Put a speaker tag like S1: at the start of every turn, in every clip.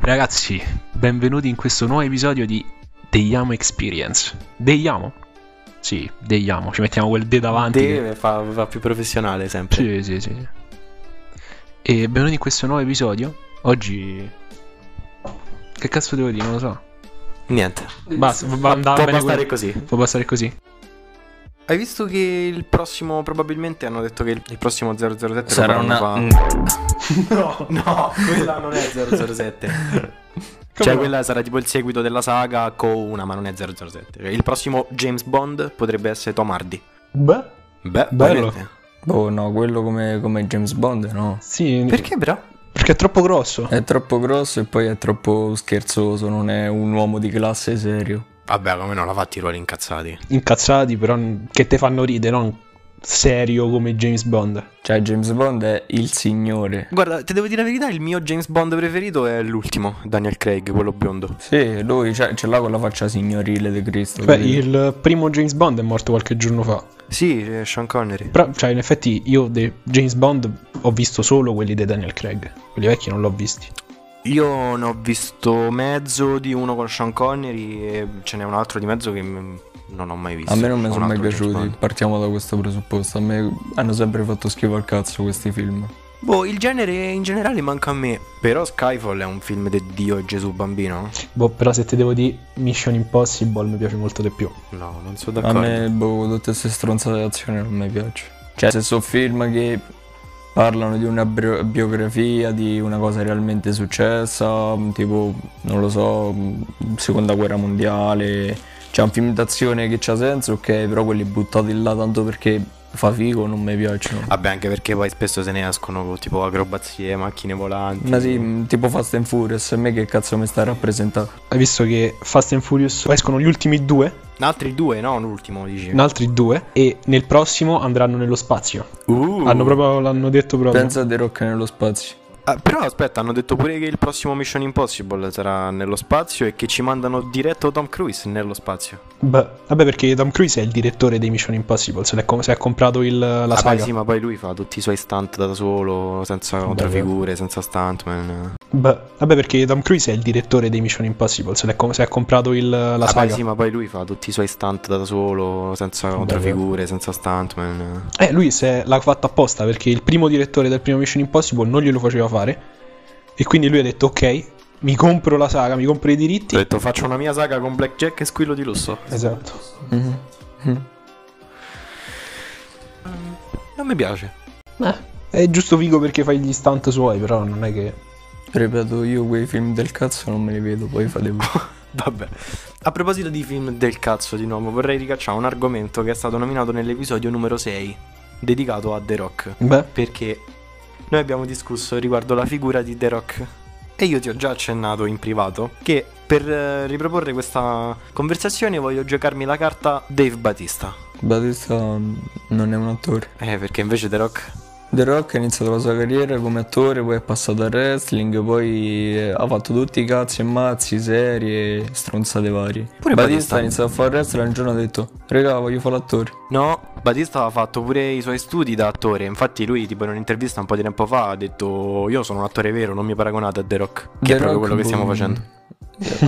S1: Ragazzi, benvenuti in questo nuovo episodio di Deiamo Experience. Deiamo? Sì, deiamo, ci mettiamo quel de davanti. che-
S2: Deve fa, fa più professionale sempre.
S1: Sì, sì, sì. E benvenuti in questo nuovo episodio. Oggi... Che cazzo devo dire? Non lo so.
S2: Niente.
S1: Basta, va- andava
S2: Può
S1: Ah, bene
S2: bastare
S1: quello.
S2: così.
S1: Può passare così?
S2: Hai visto che il prossimo, probabilmente hanno detto che il il prossimo 007
S3: Sarà
S2: lo
S3: una.
S2: faranno
S3: mm,
S2: fa- No, no, quella non è 007.
S1: Come
S2: Cioè,
S1: no?
S2: quella sarà tipo il seguito della saga con una, ma non è 007. Cioè, Il prossimo James Bond potrebbe essere Tom Hardy.
S3: Beh.
S2: Beh,
S1: Bello.
S2: veramente.
S3: Boh, no, quello come, come James Bond, no.
S1: Sì,
S2: Perché però?
S1: perché è troppo grosso.
S3: È troppo grosso e poi è troppo scherzoso, non è un uomo di classe serio.
S2: Vabbè, come no, la fatti i ruoli incazzati.
S1: Incazzati, però che te fanno ridere, non serio come James Bond.
S3: Cioè, James Bond è il signore.
S2: Guarda, ti devo dire la verità, il mio James Bond preferito è l'ultimo, Daniel Craig, quello biondo.
S3: Sì, lui cioè, ce l'ha con la faccia signorile di Cristo.
S1: Beh,
S3: capito?
S1: il primo James Bond è morto qualche giorno fa.
S2: Sì, eh, Sean Connery.
S1: Però, cioè, in effetti, io dei James Bond ho visto solo quelli di Daniel Craig. Quelli vecchi non l'ho visti.
S2: Io ne ho visto mezzo di uno con Sean Connery e ce n'è un altro di mezzo che m- non ho mai visto.
S3: A me non mi
S2: Un
S3: sono mai
S2: altro James
S3: piaciuti,
S2: Bond.
S3: partiamo da questo presupposto. A me hanno sempre fatto schifo al cazzo questi film.
S2: Boh, il genere in generale manca a me. Però Skyfall è un film di Dio e Gesù bambino.
S1: Boh, però se te devo dire Mission Impossible mi piace molto di più.
S2: No, non sono
S3: A
S2: d'accordo.
S3: me, boh, tutte queste stronzate d'azione non mi piacciono. Cioè, se sono film che parlano di una brio- biografia, di una cosa realmente successa, mh, tipo, non lo so, mh, seconda guerra mondiale, c'è un film d'azione che c'ha senso, ok, però quelli buttati là tanto perché fa figo non mi piacciono.
S2: Vabbè, anche perché poi spesso se ne escono con tipo acrobazie, macchine volanti.
S3: Ma sì, mh, tipo Fast and Furious, a me che cazzo mi sta a rappresentare?
S1: Hai visto che Fast and Furious escono gli ultimi due,
S2: Altri due, no? L'ultimo, dici.
S1: in altri due, e nel prossimo andranno nello spazio.
S2: Uh.
S1: Hanno proprio, l'hanno detto proprio.
S3: Pensa a The Rock nello spazio.
S2: Ah, però aspetta, hanno detto pure che il prossimo Mission Impossible sarà nello spazio e che ci mandano diretto Tom Cruise nello spazio.
S1: Beh, vabbè, perché Tom Cruise è il direttore dei Mission Impossible. Se l'è, com- se l'è comprato il- la
S2: Ah, beh,
S1: saga.
S2: sì, ma poi lui fa tutti i suoi stunt da solo, senza contrafigure, senza stuntman.
S1: Beh, vabbè, perché Tom Cruise è il direttore dei Mission Impossible. Se l'è, com- se l'è comprato il- la
S2: Ah, beh,
S1: saga.
S2: sì, ma poi lui fa tutti i suoi stunt da solo, senza contrafigure, senza stuntman.
S1: Eh, lui se l'ha fatto apposta perché il primo direttore del primo Mission Impossible non glielo faceva fare. E quindi lui ha detto: Ok, mi compro la saga, mi compro i
S2: Ti
S1: diritti.
S2: ho detto, faccio una mia saga con Blackjack e Squillo di Lusso.
S1: Esatto.
S2: Non mi piace.
S1: È giusto figo perché fai gli stunt suoi, però non è che.
S3: Ripeto, io quei film del cazzo non me li vedo, poi fate voi.
S2: Vabbè. A proposito di film del cazzo di nuovo, vorrei ricacciare un argomento che è stato nominato nell'episodio numero 6, dedicato a The Rock.
S1: Beh,
S2: perché noi abbiamo discusso riguardo la figura di The Rock e io ti ho già accennato in privato che per eh, riproporre questa conversazione voglio giocarmi la carta Dave Batista.
S3: Batista non è un attore.
S2: Eh, perché invece The Rock...
S3: The Rock ha iniziato la sua carriera come attore, poi è passato al wrestling, poi eh, ha fatto tutti i cazzi e mazzi, serie, stronzate varie.
S2: Pure Batista.
S3: Batista ha iniziato a fare wrestling e un giorno ha detto, regà voglio fare l'attore.
S2: No, Batista ha fatto pure i suoi studi da attore, infatti lui tipo in un'intervista un po' di tempo fa ha detto io sono un attore vero, non mi paragonate a The Rock, che
S3: The
S2: è proprio
S3: Rock,
S2: quello che
S3: boh,
S2: stiamo facendo.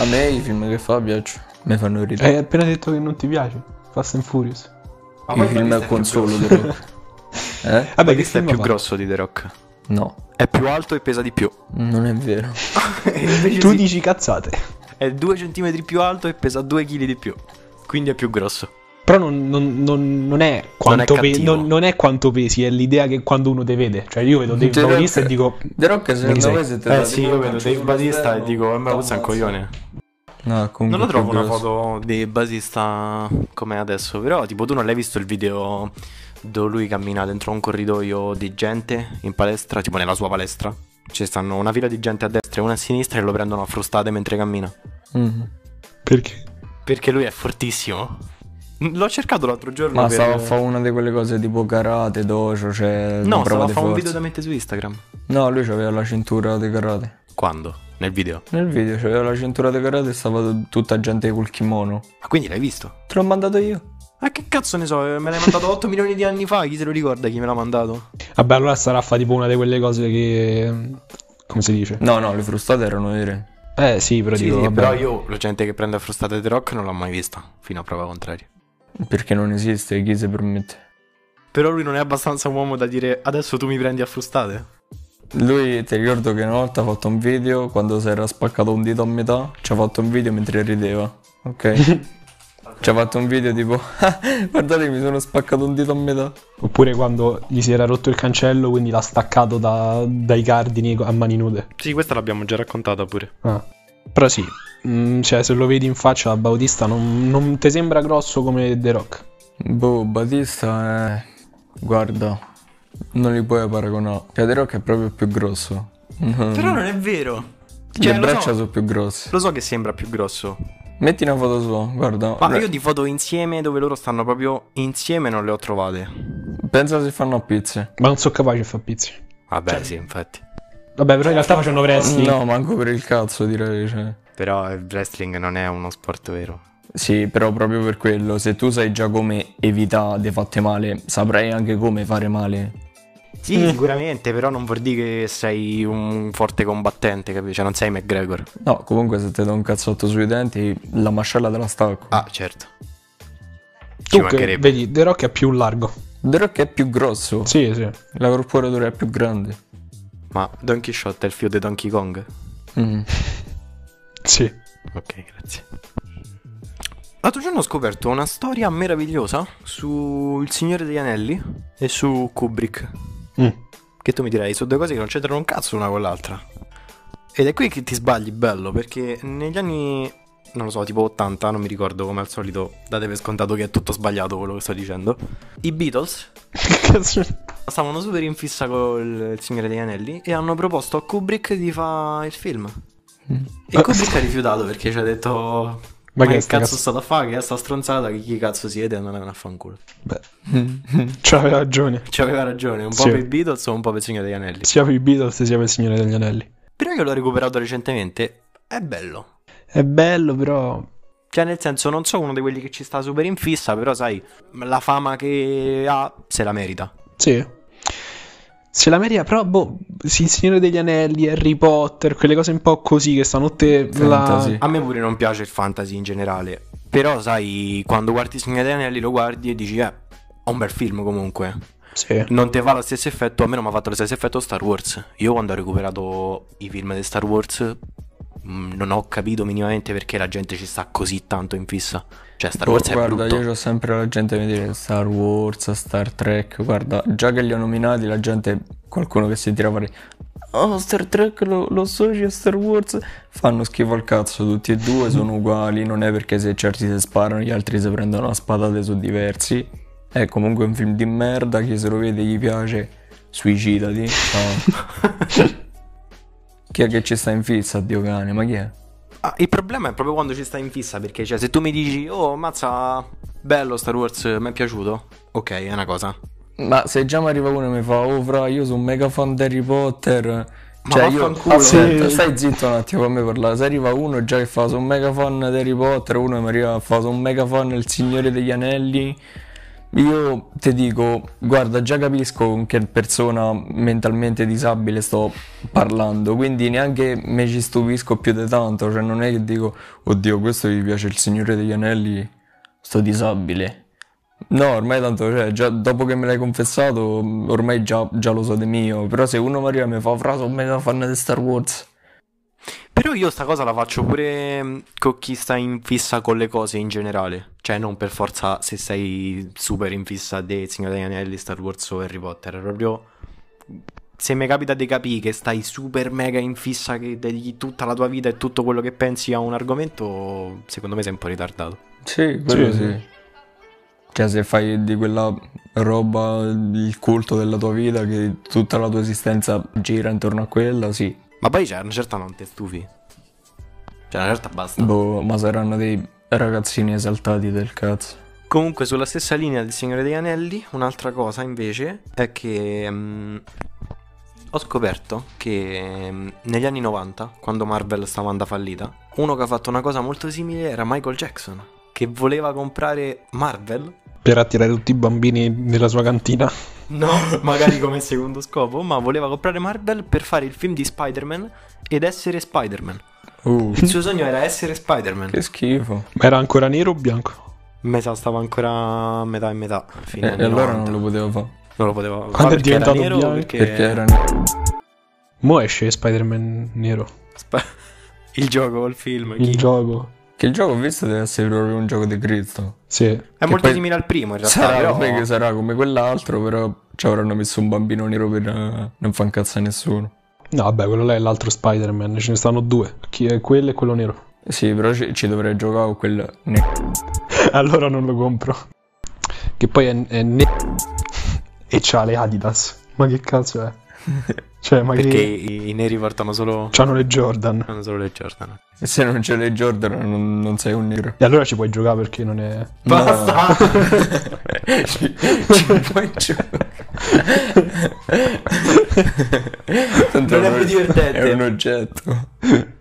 S3: A me i film che fa piacciono, mi fanno ridere.
S2: Eh,
S1: hai appena detto che non ti piace. Fast and Furious.
S3: I film a consolo The Rock. Eh?
S1: Vabbè, che
S2: Batista è
S1: film
S2: più
S1: fa?
S2: grosso di The Rock,
S3: No,
S2: è più alto e pesa di più.
S3: non è vero.
S1: Tu dici cazzate.
S2: è 2 cm più alto e pesa 2 kg di più. Quindi è più grosso.
S1: Però non, non- non- non è quanto
S2: Non è
S1: pe-
S2: cattivo.
S1: non- non è quanto pesi, è l'idea che quando uno te vede. Cioè, io vedo Dave
S3: The
S1: Bautista e
S3: Rock-
S1: dico.
S3: The Rock secondo
S1: sei.
S3: me se te
S2: Eh,
S3: dà tipo un calcio sullo
S2: e
S3: sterno,
S2: dico, eh, ma questo è un
S3: t'ammazza.
S2: coglione.
S3: No, comunque
S2: Non lo
S3: è più
S2: trovo una
S3: grosso.
S2: foto di Batista come adesso, però tipo tu non l'hai visto il video dove lui cammina dentro un corridoio di gente in palestra, tipo nella sua palestra? Ci stanno una fila di gente a destra e una a sinistra e lo prendono a frustate mentre cammina.
S3: Mhm.
S1: Perché?
S2: Perché lui è fortissimo. L'ho cercato l'altro giorno.
S3: Ma
S2: per-
S3: stava a fare una di quelle cose tipo karate, dojo, cioè...
S2: No, stavo
S3: prova
S2: a
S3: di
S2: fare un
S3: forza.
S2: video da mettere su Instagram.
S3: No, lui aveva la cintura di karate.
S2: Quando? Nel video.
S3: Nel video c'aveva la cintura di karate e stava t- tutta gente col kimono.
S2: Ma quindi l'hai visto?
S3: Te l'ho mandato io.
S2: Ma Eh, che cazzo ne so, me l'hai mandato 8 milioni di anni fa, chi se lo ricorda chi me l'ha mandato?
S1: Vabbè, allora sarà fa tipo una di quelle cose che. Come si dice?
S3: No, no, le frustate erano vere.
S1: Eh sì, però
S2: Sì,
S1: dico,
S2: sì,
S1: vabbè.
S2: però io la gente che prende frustate di rock non l'ho mai vista, fino a prova contraria.
S3: Perché non esiste, chi se permette?
S2: Però lui non è abbastanza uomo da dire adesso tu mi prendi a frustate.
S3: Lui, ti ricordo che una volta ha fatto un video quando si era spaccato un dito a metà, ci ha fatto un video mentre rideva, ok? ci ha fatto un video tipo, "Ah, guardate mi sono spaccato un dito a metà.
S1: Oppure quando gli si era rotto il cancello, quindi l'ha staccato da- dai cardini a mani nude.
S2: Sì, questa l'abbiamo già raccontata pure.
S1: Ah. Però sì, mm, cioè se lo vedi in faccia a Bautista non, non ti sembra grosso come The Rock.
S3: Boh, Batista, eh, guarda, non li puoi paragonare. Cioè, The Rock è proprio più grosso. Mm.
S2: Però non è vero. Cioè,
S3: Le
S2: lo
S3: braccia
S2: so.
S3: sono più grosse.
S2: Lo so che sembra più grosso.
S3: Metti una foto sua, guarda.
S2: Ma io di foto insieme dove loro stanno proprio insieme non le ho trovate.
S3: Pensa se fanno a pizze.
S1: Ma non sono capace di fare pizzi.
S2: Vabbè, sì, infatti.
S1: Vabbè, però in realtà facendo wrestling.
S3: No, manco per il cazzo, direi. Cioè.
S2: Però il wrestling non è uno sport vero.
S3: Sì, però proprio per quello, se tu sai già come evitare di fatte male, saprai anche come fare male.
S2: Sì, sicuramente, però non vuol dire che sei un forte combattente, capisci? Cioè, non sei McGregor.
S3: No, comunque se ti do un cazzotto sui denti, la mascella te la stacco.
S2: Ah, certo. Ci
S1: tu che
S2: mancherebbe.
S1: vedi, The Rock è più largo.
S3: The Rock è più grosso,
S1: Sì, sì.
S3: la corporatura è più grande.
S2: Ma Don Quixote è il figlio di Donkey Kong?
S3: Mm.
S1: Sì.
S2: Ok, grazie. L'altro giorno ho scoperto una storia meravigliosa su Il Signore degli Anelli e su Kubrick.
S1: Mm.
S2: Che tu mi direi, sono due cose che non c'entrano un cazzo una con l'altra. Ed è qui che ti sbagli, bello, perché negli anni, non lo so, tipo 80, non mi ricordo come al solito, date per scontato che è tutto sbagliato quello che sto dicendo. I Beatles
S1: Che cazzo?
S2: stavano super in fissa con Il Signore degli Anelli e hanno proposto a Kubrick di fare il film. E Kubrick ha rifiutato perché ci ha detto... Ma,
S1: Mm. Ma
S2: che
S1: che
S2: cazzo,
S1: sta cazzo?"
S2: è stato a fare? Che è sta stronzata? Che chi cazzo siete? E non avevano a fanculo.
S1: Beh, c'aveva ragione.
S2: C'aveva ragione, un po'
S1: Sì.
S2: per i Beatles o un po' per il Signore degli Anelli.
S1: Sia per i Beatles sia per il Signore degli Anelli.
S2: Però io l'ho recuperato recentemente, è bello.
S1: È bello, però.
S2: Cioè, nel senso, non so uno di quelli che ci sta super in fissa, però sai, la fama che ha se la merita.
S1: Sì. Se la media, però, boh, sì, il Signore degli Anelli, Harry Potter, quelle cose un po' così che stanno tutte
S3: Fantasy.
S2: A me pure non piace il fantasy in generale. Però, sai, quando guardi il Signore degli Anelli lo guardi e dici, eh, è un bel film comunque.
S1: Sì.
S2: Non ti fa lo stesso effetto, a me non mi ha fatto lo stesso effetto Star Wars. Io quando ho recuperato i film di Star Wars mh, non ho capito minimamente perché la gente ci sta così tanto in fissa. Cioè, Star
S3: Oh,
S2: Wars è
S3: guarda,
S2: brutto.
S3: io ho sempre la gente che mi dice Star Wars, Star Trek, guarda, già che li ho nominati la gente, qualcuno che si tira fuori, oh Star Trek lo, lo associ a Star Wars, fanno schifo al cazzo, tutti e due sono uguali, non è perché se certi si sparano gli altri si prendono a spadate su diversi, è comunque un film di merda, chi se lo vede gli piace, suicidati, no. chi è che ci sta in fissa, Dio cane, ma chi è?
S2: Ah, il problema è proprio quando ci sta in fissa, perché cioè, se tu mi dici, oh, mazza, bello Star Wars, mi è piaciuto. Ok, è una cosa.
S3: Ma se già mi arriva uno e mi fa, oh fra, io sono mega fan di Harry Potter. cioè, io.
S2: vaffanculo.
S3: Aspetta,
S1: Sì.
S3: stai zitto un attimo fammi parlare. Se arriva uno già che fa, sono mega fan di Harry Potter, uno che mi arriva e fa, sono mega fan del Signore degli Anelli. Io ti dico, guarda, già capisco con che persona mentalmente disabile sto parlando, quindi neanche me ci stupisco più di tanto. Cioè, non è che dico, oddio, questo gli piace il Signore degli Anelli, sto disabile. No, ormai tanto, cioè, già dopo che me l'hai confessato, mh, ormai già, già lo so di mio. Però se uno mi arriva e mi fa fra, sono mega fan di Star Wars.
S2: Però io sta cosa la faccio pure mh, con chi sta in fissa con le cose in generale. Cioè, non per forza se sei super in fissa dei Signore degli Anelli, Star Wars o Harry Potter. È Proprio. Se mi capita di capire che stai super mega in fissa, che dedichi tutta la tua vita e tutto quello che pensi a un argomento, secondo me sei un po' ritardato.
S3: Sì, quello
S1: Sì.
S3: sì. Cioè, se fai di quella roba il culto della tua vita, che tutta la tua esistenza gira intorno a quella, sì.
S2: Ma poi c'è una certa non ti stufi. Cioè, una certa basta.
S3: Boh, ma saranno dei ragazzini esaltati del cazzo.
S2: Comunque, sulla stessa linea del Signore degli Anelli, un'altra cosa invece è che mm, ho scoperto che mm, negli anni 90, quando Marvel stava andando fallita, uno che ha fatto una cosa molto simile era Michael Jackson, che voleva comprare Marvel.
S1: Per attirare tutti i bambini nella sua cantina.
S2: No, magari come secondo scopo, ma voleva comprare Marvel per fare il film di Spider-Man ed essere Spider-Man.
S3: Uh,
S2: Il suo sogno era essere Spider-Man.
S3: che schifo.
S1: Ma era ancora nero o bianco?
S2: Mi sa stava ancora a metà e metà.
S3: E,
S2: Fino
S3: e
S2: agli
S3: Eh, allora
S2: 90.
S3: non lo potevo fare.
S2: non lo poteva fare.
S1: Quando è
S2: perché era
S1: diventato
S2: nero,
S1: bianco?
S2: Perché,
S3: Perché era nero.
S1: Mo esce Spider-Man nero.
S2: Sp- il gioco, il film.
S1: Il
S2: chi-
S3: Mm.
S1: gioco.
S3: Che il gioco ho visto deve essere proprio un gioco di Cristo.
S1: Sì.
S2: È molto
S3: poi-
S2: simile al primo in realtà.
S3: Sarà
S2: però-
S3: come, che sarà come quell'altro, però ci avranno messo un bambino nero per eh, non far incazzare nessuno.
S1: No, vabbè, quello là è l'altro Spider-Man. Ce ne stanno due. Chi è quello e quello nero.
S3: Sì, però ci, ci dovrei giocare con quel nero.
S1: allora non lo compro. Che poi è, è ne- E c'ha le Adidas. Ma che cazzo è? Cioè, ma
S2: Perché
S1: che...
S2: i, i neri portano solo,
S1: C'hanno le Jordan.
S2: hanno solo le Jordan.
S3: E se non ce l'hai Jordan non, non sei un nero.
S1: E allora ci puoi giocare perché non è...
S2: Basta!
S3: ci, ci puoi giocare. Tanto
S2: Non è
S3: uno-
S2: più divertente.
S3: È un oggetto.